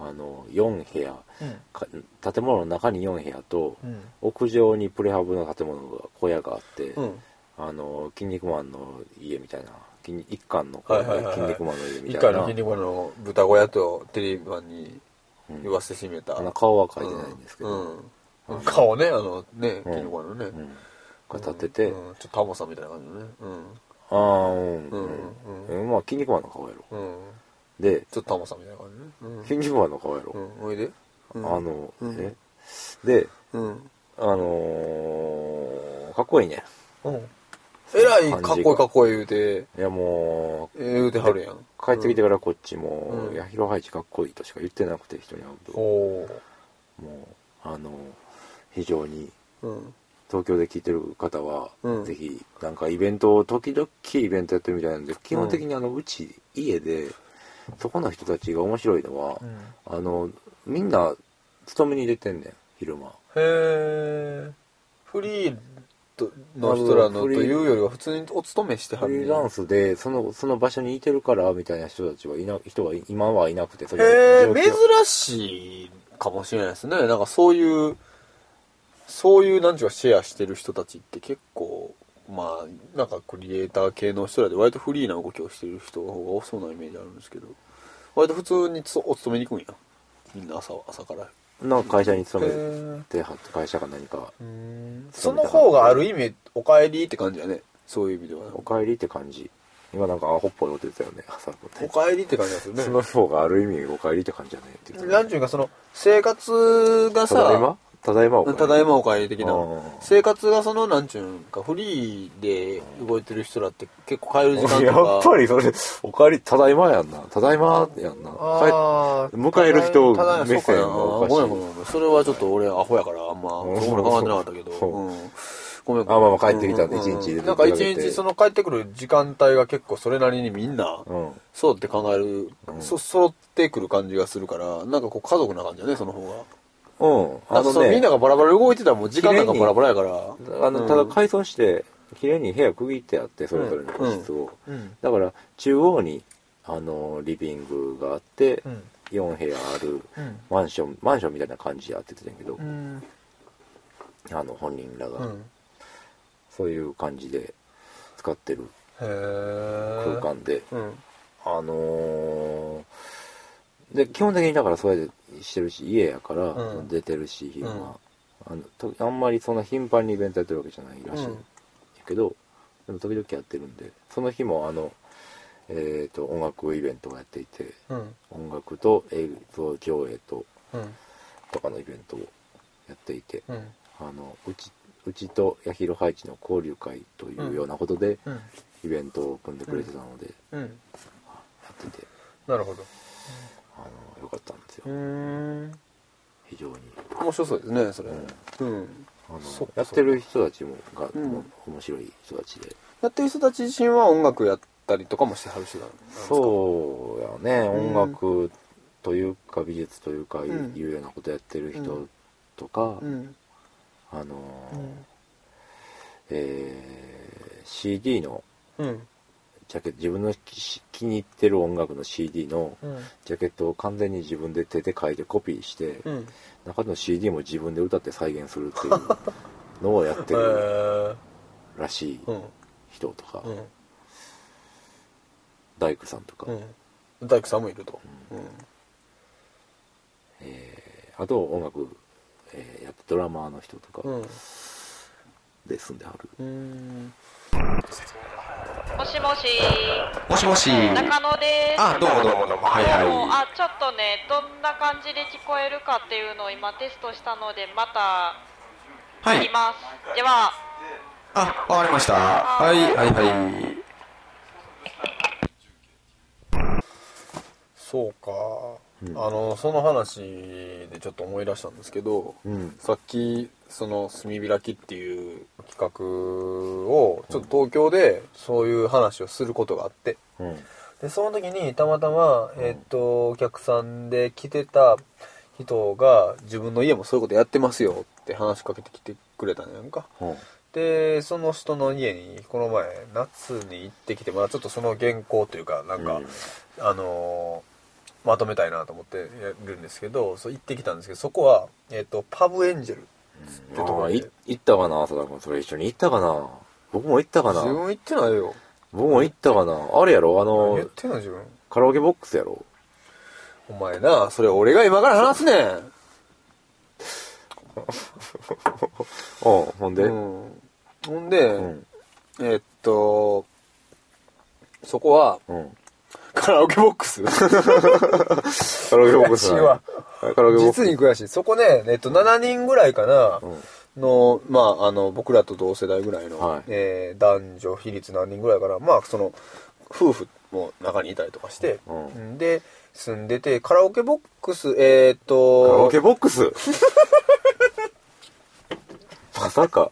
Speaker 1: あの4部屋
Speaker 2: うん
Speaker 1: か建物の中に4部屋と
Speaker 2: うん
Speaker 1: 屋上にプレハブの建物が小屋があって、
Speaker 2: うん
Speaker 1: あの筋肉マンの家みたいな筋一巻の小屋
Speaker 2: はいはいはいはい
Speaker 1: 筋肉マンの家み
Speaker 2: 一
Speaker 1: た
Speaker 2: 回
Speaker 1: い
Speaker 2: の
Speaker 1: な
Speaker 2: 筋肉マンの豚小屋とテレビマンに
Speaker 1: うん
Speaker 2: 言わせてしめた、
Speaker 1: あの顔は描いてないんですけど、
Speaker 2: うんうん顔ねあのね
Speaker 1: うん
Speaker 2: 筋肉マンのね、
Speaker 1: うんが立ってて、
Speaker 2: うんちょっとタモさんみたいな感じのね
Speaker 1: ああうん
Speaker 2: う
Speaker 1: うん
Speaker 2: うん
Speaker 1: ん、
Speaker 2: うん
Speaker 1: うんまあ筋肉マンの顔やろ
Speaker 2: うん、
Speaker 1: で
Speaker 2: ちょっとタモさんみたいな感じね
Speaker 1: 筋肉マンの顔やろ、
Speaker 2: うん、うん、おいで、うん、
Speaker 1: あの、
Speaker 2: うん
Speaker 1: えで
Speaker 2: うん
Speaker 1: あのー、かっこいいね
Speaker 2: うんえらいかっこいいかっこいい言うて
Speaker 1: いやもう
Speaker 2: えー言うてはるやん
Speaker 1: 帰ってきてからこっちも
Speaker 2: う
Speaker 1: 「
Speaker 2: ん
Speaker 1: 八広ハイジかっこいい」としか言ってなくて人に会うと、
Speaker 2: ほ
Speaker 1: もうあの非常に
Speaker 2: ううん
Speaker 1: 東京で聞いてる方は、
Speaker 2: うん
Speaker 1: ぜひなんかイベントを時々イベントやってるみたいなんで基本的にあの、うち家でそこの人たちが面白いのは、
Speaker 2: うんへ
Speaker 1: あのみんな勤めに出てんねん昼間
Speaker 2: えフリーとの人らのというよりは普通にお勤めしては
Speaker 1: フ
Speaker 2: る
Speaker 1: リーラン
Speaker 2: ス
Speaker 1: スでそのその場所にいてるからみたいな人たちはいな人はい今はいなくてそ
Speaker 2: へ
Speaker 1: れ
Speaker 2: え
Speaker 1: 状況
Speaker 2: 珍しいかもしれないですねなんかそういうそういうなんちゅうかシェアしてる人たちって結構まあなんかクリエイター系の人らで割とフリーな動きをしてる人の方が多そうなイメージあるんですけど割と普通につお勤めに行くんやみんな朝は朝からへ
Speaker 1: の会社に勤め
Speaker 2: え
Speaker 1: てはって会社か何か
Speaker 2: その方がある意味おかえりって感じやねそういう意味では
Speaker 1: おかえりって感じ今なんかアホっぽいこと言ってたよね朝の
Speaker 2: お
Speaker 1: ね
Speaker 2: かえりって感じですよね
Speaker 1: その方がある意味おかえりって感じじゃねえって言ってた
Speaker 2: なんちゅうかその生活が
Speaker 1: ただい
Speaker 2: さ
Speaker 1: まただいまおかえり
Speaker 2: ただいまおかえり的な
Speaker 1: うん
Speaker 2: 生活がそのなんちゅうんかフリーで動いてる人らって結構帰る時間とか
Speaker 1: [LAUGHS] やっぱりそれ「おかえりただいま」やんな「ただいま」やんな
Speaker 2: あ
Speaker 1: 帰っ迎える人
Speaker 2: ただ
Speaker 1: 目線が
Speaker 2: そう
Speaker 1: お
Speaker 2: かごめ
Speaker 1: か
Speaker 2: んご
Speaker 1: しい
Speaker 2: めんごめんそれはちょっと俺アホやからあんまそ
Speaker 1: うん
Speaker 2: こまで考えてなかったけど
Speaker 1: そう
Speaker 2: うんごめん
Speaker 1: あまあまあ帰ってきたんで
Speaker 2: うんうんうん
Speaker 1: 一日で
Speaker 2: なんか一
Speaker 1: 出かけ
Speaker 2: 日
Speaker 1: て
Speaker 2: その帰ってくる時間帯が結構それなりにみんな
Speaker 1: うん
Speaker 2: そうって考えるそ揃ってくる感じがするからなんかこう家族な感じだねその方が
Speaker 1: うんあ
Speaker 2: なんか
Speaker 1: の
Speaker 2: そのみん
Speaker 1: ね
Speaker 2: ながバラバラ動いてたらもう時間なんかバラバラやから
Speaker 1: あのただ改装して綺麗に部屋区切ってあってそれぞれの個室を
Speaker 2: うん
Speaker 1: だから中央にあのリビングがあって
Speaker 2: うん
Speaker 1: 4部屋ある
Speaker 2: うん
Speaker 1: マンションマンションみたいな感じでやってたんやけど
Speaker 2: うん
Speaker 1: あの本人ら
Speaker 2: う
Speaker 1: が
Speaker 2: ん
Speaker 1: そういう感じで使ってる
Speaker 2: へえ
Speaker 1: 空間で
Speaker 2: うん
Speaker 1: あのーで基本的にだからそうやってしてるし家やから
Speaker 2: うん
Speaker 1: 出てるし、昼間
Speaker 2: うん
Speaker 1: あのとあんまりそんな頻繁にイベントやってるわけじゃないらしい、
Speaker 2: うん
Speaker 1: けどでも時々やってるんでその日もあの、えー、と音楽イベントをやっていて
Speaker 2: うん
Speaker 1: 音楽と映像上映と
Speaker 2: うん
Speaker 1: とかのイベントをやっていて
Speaker 2: うん
Speaker 1: あのうちうちと八広ハイチの交流会というようなことで
Speaker 2: うん
Speaker 1: イベントを組んでくれてたのでや
Speaker 2: うん
Speaker 1: ってて
Speaker 2: なるほど
Speaker 1: あのよかったんですよ
Speaker 2: うん
Speaker 1: 非常に
Speaker 2: 面白そうですねそれうん、
Speaker 1: あの
Speaker 2: そっか
Speaker 1: やってる人たちもが、
Speaker 2: うん
Speaker 1: もう面白い人たちで
Speaker 2: やってる人たち自身は音楽やったりとかもしてはる人なんですか
Speaker 1: そうやね
Speaker 2: うん
Speaker 1: 音楽というか美術というかいう,、
Speaker 2: うん
Speaker 1: ようなことやってる
Speaker 2: う
Speaker 1: 人とか、
Speaker 2: うん
Speaker 1: あのー
Speaker 2: うん
Speaker 1: えー CD の
Speaker 2: うん
Speaker 1: ジャケット自分のし気に入ってる音楽の CD の
Speaker 2: うん
Speaker 1: ジャケットを完全に自分で手で書いてコピーして、
Speaker 2: うん
Speaker 1: 中の CD も自分で歌って再現するって
Speaker 2: [LAUGHS]
Speaker 1: いうのをやって
Speaker 2: え
Speaker 1: る
Speaker 2: ー
Speaker 1: らしい
Speaker 2: うん
Speaker 1: 人とか、
Speaker 2: うん
Speaker 1: 大工さんとか、
Speaker 2: うん大工さんもいると
Speaker 1: あと音楽、えーやってドラマーの人と
Speaker 2: う
Speaker 1: か
Speaker 2: ん
Speaker 1: で住んではる、
Speaker 2: うん
Speaker 5: もしもし、
Speaker 4: もしもし。
Speaker 5: 中野です。
Speaker 4: あ、どうもどうもどうも。はい
Speaker 5: どうも
Speaker 4: は
Speaker 5: あ、ちょっとね、どんな感じで聞こえるかっていうのを今テストしたので、また
Speaker 4: い。は
Speaker 5: 聞き
Speaker 4: い。
Speaker 5: ます。では、
Speaker 4: あ、わかりました。はいはいはい。
Speaker 2: そうか、あのその話でちょっと思い出したんですけど、
Speaker 1: うん
Speaker 2: さっきその炭開きっていう企画をちょっと東京でそういう話をすることがあって
Speaker 1: うん
Speaker 2: でその時にたまたま、えっとお客さんで来てた人が自分の家もそういうことやってますよって話しかけてきてくれたのやんか
Speaker 1: うん
Speaker 2: でその人の家にこの前夏に行ってきてまだちょっとその原稿というかなんか、
Speaker 1: うん
Speaker 2: あのーまとめたいなと思ってやるんですけどそう行ってきたんですけどそこは、えっとパブエンジェルつってとこ
Speaker 1: あ
Speaker 2: で
Speaker 1: ーい行ったかな浅田君それ一緒に行ったかな僕も行ったか
Speaker 2: 自分
Speaker 1: な
Speaker 2: 行ってないよ
Speaker 1: 僕も行ったかなあれやろあ
Speaker 2: 言っ
Speaker 1: の
Speaker 2: てんの自分
Speaker 1: カラオケボックスやろ
Speaker 2: お前なそれ俺が今から話すねん
Speaker 1: うんほんで、
Speaker 2: う
Speaker 1: うん
Speaker 2: ん、ほんで、
Speaker 1: うん
Speaker 2: えっとそこはカラオケボックス
Speaker 1: カラオケボックス
Speaker 2: [LAUGHS] 悔しいわ
Speaker 1: はいカラオケボックス
Speaker 2: 実に悔しいそこね、えっと、7人ぐらいかな、の、まあ、あの、僕らと同世代ぐらいの、
Speaker 1: はい
Speaker 2: えー男女比率何人ぐらいから、まあ、その、夫婦も中にいたりとかして、
Speaker 1: う
Speaker 2: で、住んでて、カラオケボックス、えーっと、
Speaker 1: カラオケボックス
Speaker 2: [LAUGHS]
Speaker 1: まさか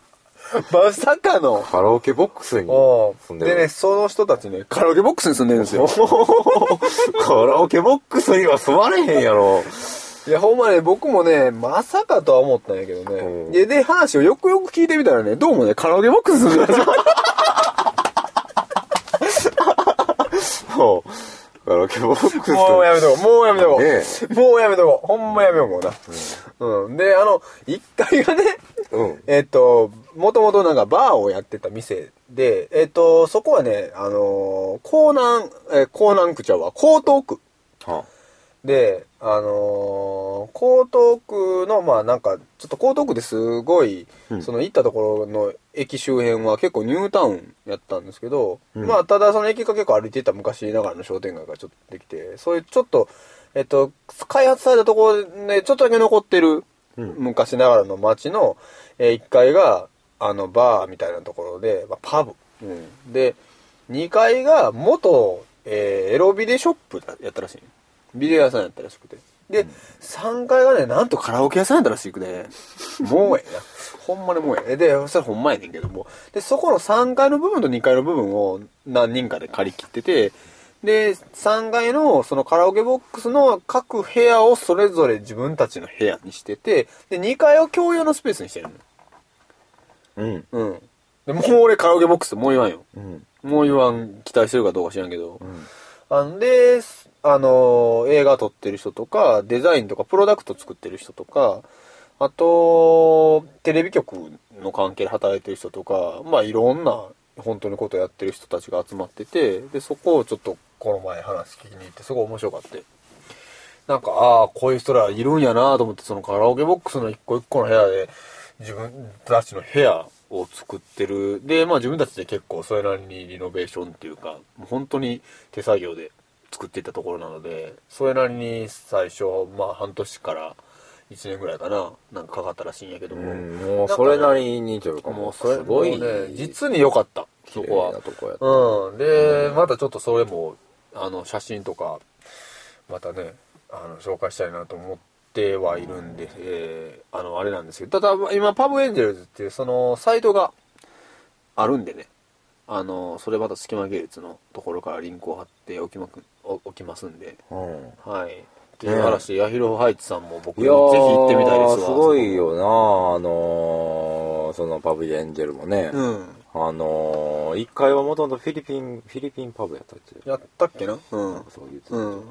Speaker 2: まさかの、
Speaker 1: カラオケボックスに
Speaker 2: お
Speaker 1: 住んで
Speaker 2: で
Speaker 1: る
Speaker 2: ね、その人たちね、カラオケボックスに住んでるんですよ。
Speaker 1: [LAUGHS] カラオケボックスには住まれへんやろ [LAUGHS]
Speaker 2: いや、ほんまね、僕もね、まさかとは思ったんやけど
Speaker 1: うん
Speaker 2: ね。で、で、話をよくよく聞いてみたらね、どうもね、カラオケボックスに住んでるんですよ。
Speaker 1: そうカラオケボックス
Speaker 2: [LAUGHS] もうやめとこう、もうやめとこう。
Speaker 1: ね
Speaker 2: もうやめとこう。ほんまやめよう、もうな。うん。で、あの、一階がね、
Speaker 1: うん
Speaker 2: えっと、もともとなんかバーをやってた店で、えっと、そこはね、あのー、江南、えー、江南区ちゃうわ、江東区。
Speaker 1: は
Speaker 2: で、あのー江東区の、まあなんか、ちょっと江東区ですごい、
Speaker 1: うん
Speaker 2: その行ったところの駅周辺は結構ニュータウンやったんですけど、
Speaker 1: うん
Speaker 2: まあただその駅が結構歩いてた昔ながらの商店街がちょっとできて、そういうちょっと、えっと、開発されたところでちょっとだけ残ってる、
Speaker 1: うん
Speaker 2: 昔ながらの街の、え1階が、あの、バーみたいなところで、まあ、パブ、うんで、2階が元、えーエロビデショップだやったらしい。ビデオ屋さんやったらしくて。で、3階がね、なんとカラオケ屋さんやったらしくて、もうええな。ほんまにもうええ。で、それほんまやねんけども。で、そこの3階の部分と2階の部分を何人かで借り切ってて、で、3階のそのカラオケボックスの各部屋をそれぞれ自分たちの部屋にしてて、で、2階を共用のスペースにしてるの。
Speaker 1: うん
Speaker 2: うん。で、もう俺カラオケボックスもう言わんよ。
Speaker 1: うん
Speaker 2: もう言わん期待してるかどうか知らんけど。
Speaker 1: うん
Speaker 2: あんで、あの、映画撮ってる人とか、デザインとか、プロダクト作ってる人とか、あと、テレビ局の関係で働いてる人とか、まあいろんな、本当にことやってる人たちが集まってて、で、そこをちょっと、この前話聞きに行って、すごい面白かった。なんか、ああ、こういう人らいるんやなと思って、そのカラオケボックスの一個一個の部屋で、自分たちの部屋を作ってる。で、まあ自分たちで結構それなりにリノベーションっていうか、もう本当に手作業で作っていったところなので、それなりに最初、まあ半年から1年ぐらいかな、なんかかかったらしいんやけども。
Speaker 1: うんもうそれなりにというか
Speaker 2: も
Speaker 1: も
Speaker 2: う
Speaker 1: う
Speaker 2: それ
Speaker 1: すごい
Speaker 2: もうね、実に良かった、そ
Speaker 1: 綺
Speaker 2: こ
Speaker 1: 麗
Speaker 2: は
Speaker 1: な。とこやった
Speaker 2: うん、で、またちょっとそれもあの写真とかまたねあの紹介したいなと思ってはいるんで、えーあのあれなんですけどただ今パブエンジェルズっていうそのサイトがあるんでねあのそれまた隙間芸術のところからリンクを貼っておきまくおおきますんで
Speaker 1: うん
Speaker 2: はいっていう話、ヤヒロハイチさんも僕
Speaker 1: い
Speaker 2: にぜひ
Speaker 1: やー
Speaker 2: 行ってみたいですわ
Speaker 1: すごいよなあのーそのパブリエンジェルもね、
Speaker 2: うん
Speaker 1: あのー、1階はもともとフィリピン、フィリピンパブやったって、
Speaker 2: やったっけなうん。
Speaker 1: そう言ってたと
Speaker 2: うん。
Speaker 1: 思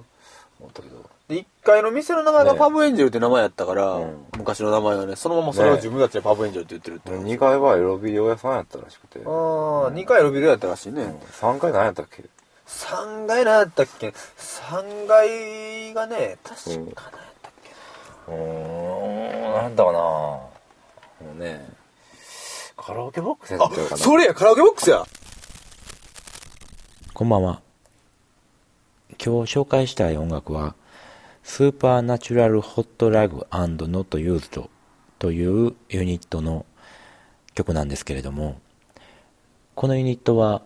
Speaker 1: ったけど、
Speaker 2: で、1階の店の名前がパブエンジェルって名前やったから、
Speaker 1: うん
Speaker 2: 昔の名前はね、そのままそれを自分たちでパブエンジェルって言ってるって。
Speaker 1: 2階はエロビオ屋さんやったらしくて、
Speaker 2: ああ、2階のビルやったらしいね。
Speaker 1: 3階何やったっけ
Speaker 2: 3階なんやったっけ ?3 階がね、確か
Speaker 1: う
Speaker 2: なんやったっけ
Speaker 1: うーん、なんだかなもうね、カラオケボックスやったかな
Speaker 2: あ、。それや、カラオケボックスや
Speaker 3: こんばんは。今日紹介したい音楽は、スーパーナチュラルホットラグノットユーズドというユニットの曲なんですけれども、このユニットは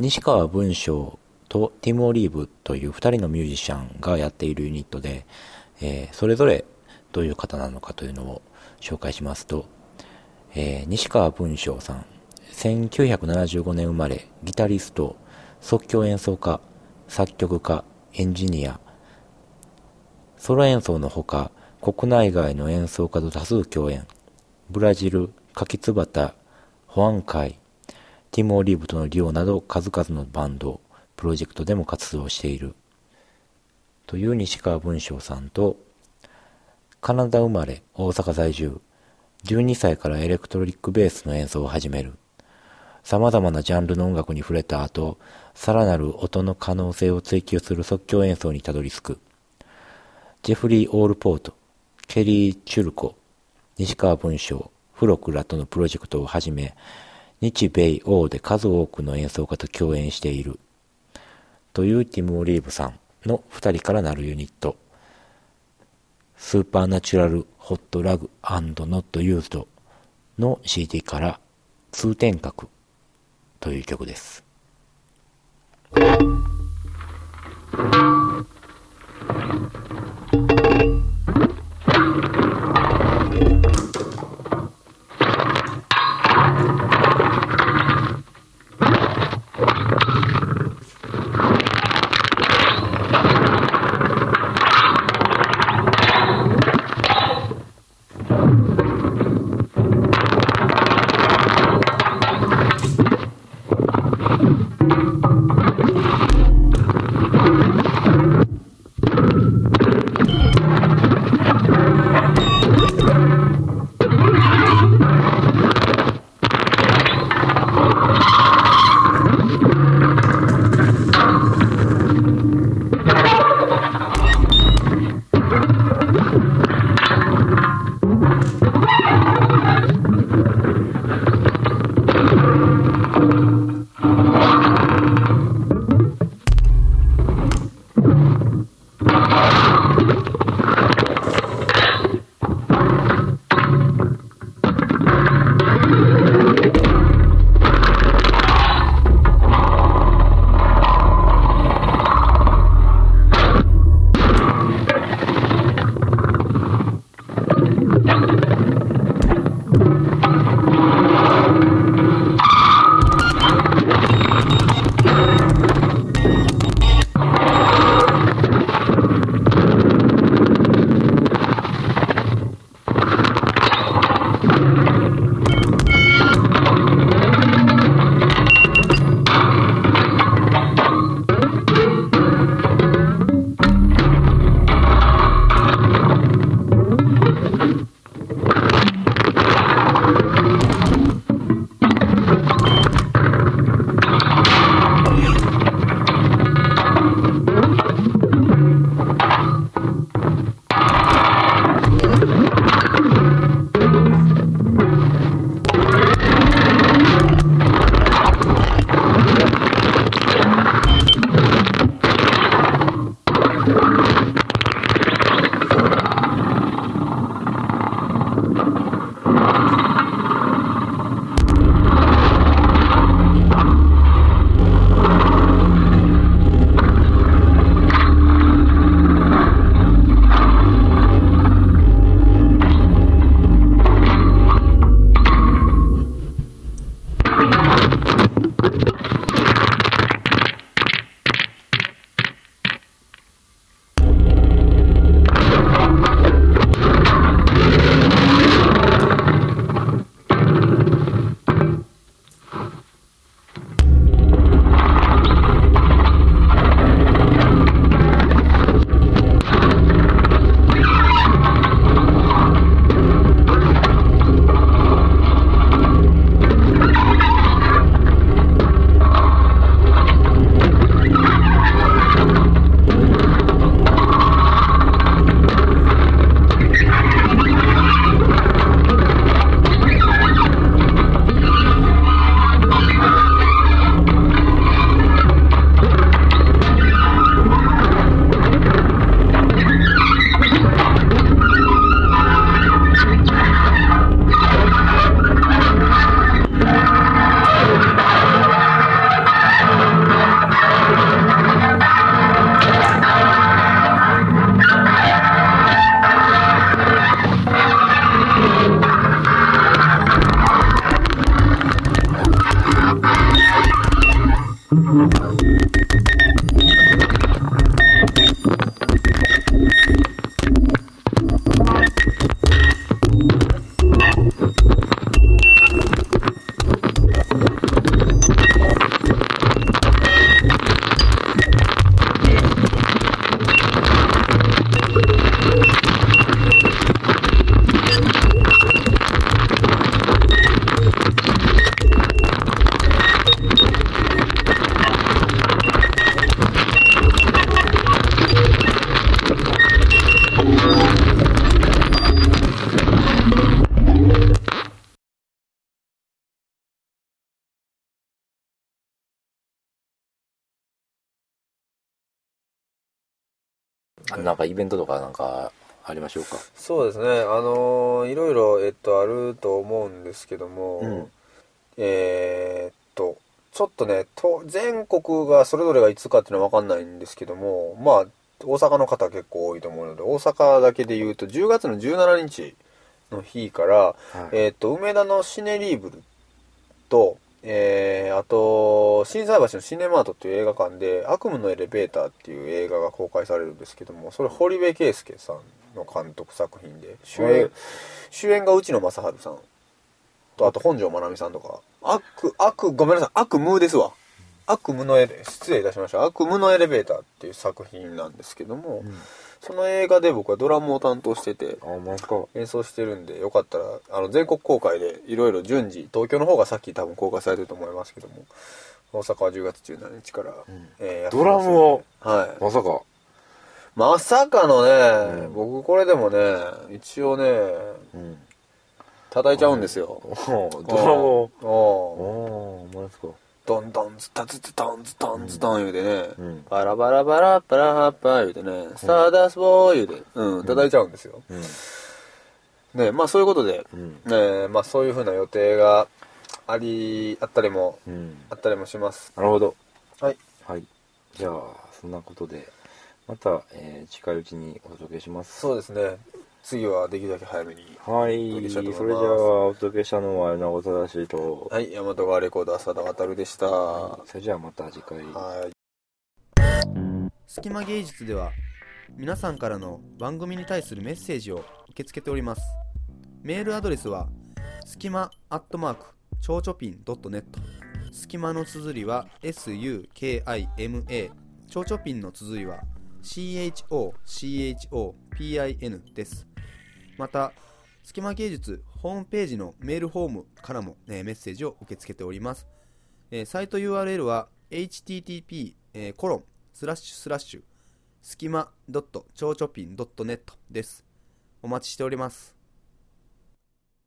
Speaker 3: 西川文章とティム・オリーブという2人のミュージシャンがやっているユニットで、えーそれぞれどういう方なのかというのを紹介しますと、えー西川文章さん1975年生まれギタリスト即興演奏家作曲家エンジニアソロ演奏のほか国内外の演奏家と多数共演ブラジル柿椿保安会ティム・オリーブとのデュオなど数々のバンドプロジェクトでも活動しているという西川文章さんとカナダ生まれ大阪在住12歳からエレクトリックベースの演奏を始める。様々なジャンルの音楽に触れた後、さらなる音の可能性を追求する即興演奏にたどり着く。ジェフリー・オールポート、ケリー・チュルコ、西川文章、フロクらとのプロジェクトをはじめ、日米欧で数多くの演奏家と共演している。というティム・オリーブさんの2人からなるユニット。スーパーナチュラルホットラグノットユーズドの CD から通天閣という曲です。
Speaker 1: なんかイベントとかなんかありましょうか
Speaker 2: そうですねあのーいろいろ、えっと、あると思うんですけども、
Speaker 1: うん
Speaker 2: えーっとちょっとねと全国がそれぞれがいつかっていうのは分かんないんですけどもまあ大阪の方結構多いと思うので大阪だけで言うと10月の17日の日から、
Speaker 1: はい
Speaker 2: えーっと梅田のシネリーブルと、えーあと心斎橋のシネマートっていう映画館で「悪夢のエレベーター」っていう映画が公開されるんですけどもそれ堀部圭介さんの監督作品で主
Speaker 1: は
Speaker 2: 演
Speaker 1: い
Speaker 2: 主演が内野正治さんとあと本庄まなみさんとか悪悪ごめんなさい悪夢ですわ悪夢のエレ失礼いたしました悪夢のエレベーターっていう作品なんですけども、その映画で僕はドラムを担当してて
Speaker 1: あマジか
Speaker 2: 演奏してるんでよかったらあの全国公開でいろいろ順次東京の方がさっき多分公開されてると思いますけども大阪は10月17日から、
Speaker 1: ん
Speaker 2: えーやってま
Speaker 1: ド
Speaker 2: す
Speaker 1: ラムを
Speaker 2: はい
Speaker 1: まさか
Speaker 2: まさかのね、
Speaker 1: うん
Speaker 2: 僕これでもね一応ね
Speaker 1: うん
Speaker 2: 叩いちゃうんですよ、
Speaker 1: おードラムを
Speaker 2: を
Speaker 1: おーマジか
Speaker 2: どんどんズタズタンズタンズタン言うてね、
Speaker 1: うん
Speaker 2: バラバラバラバラバラ言うてね、スターダスボー言うて、うん、叩いちゃうんですよ。
Speaker 1: うん
Speaker 2: ねまあそういうことで、
Speaker 1: うん
Speaker 2: ねまあそういうふうな予定があり、あったりも、
Speaker 1: うん
Speaker 2: あったりもします。
Speaker 1: なるほど
Speaker 2: はい。
Speaker 1: はいじゃあそんなことでまた、えー近いうちにお届けします
Speaker 2: そうですね。次はできるだけ早めに。
Speaker 1: はい
Speaker 2: お届けし
Speaker 1: そ
Speaker 2: たい
Speaker 1: れ
Speaker 2: と
Speaker 1: じ
Speaker 2: 思います
Speaker 1: ゃあお届けしたのは名古正しいと、
Speaker 2: はい、大和川レコード浅田渡るでした。は
Speaker 1: それじゃあまた次回
Speaker 2: い。
Speaker 6: スキマ芸術では皆さんからの番組に対するメッセージを受け付けておりますメールアドレスはすきまアットマークちょうちょぴん .net すきまの綴りは SUKIMA ちょうちょぴんの綴りは CHOCHOPIN ですまたすきま芸術ホームページのメールフォームからも、えーメッセージを受け付けておりますえーサイト URL は http:// えーコロンスラッシュスラッシュスキマ .chochopin.net です。お待ちしております。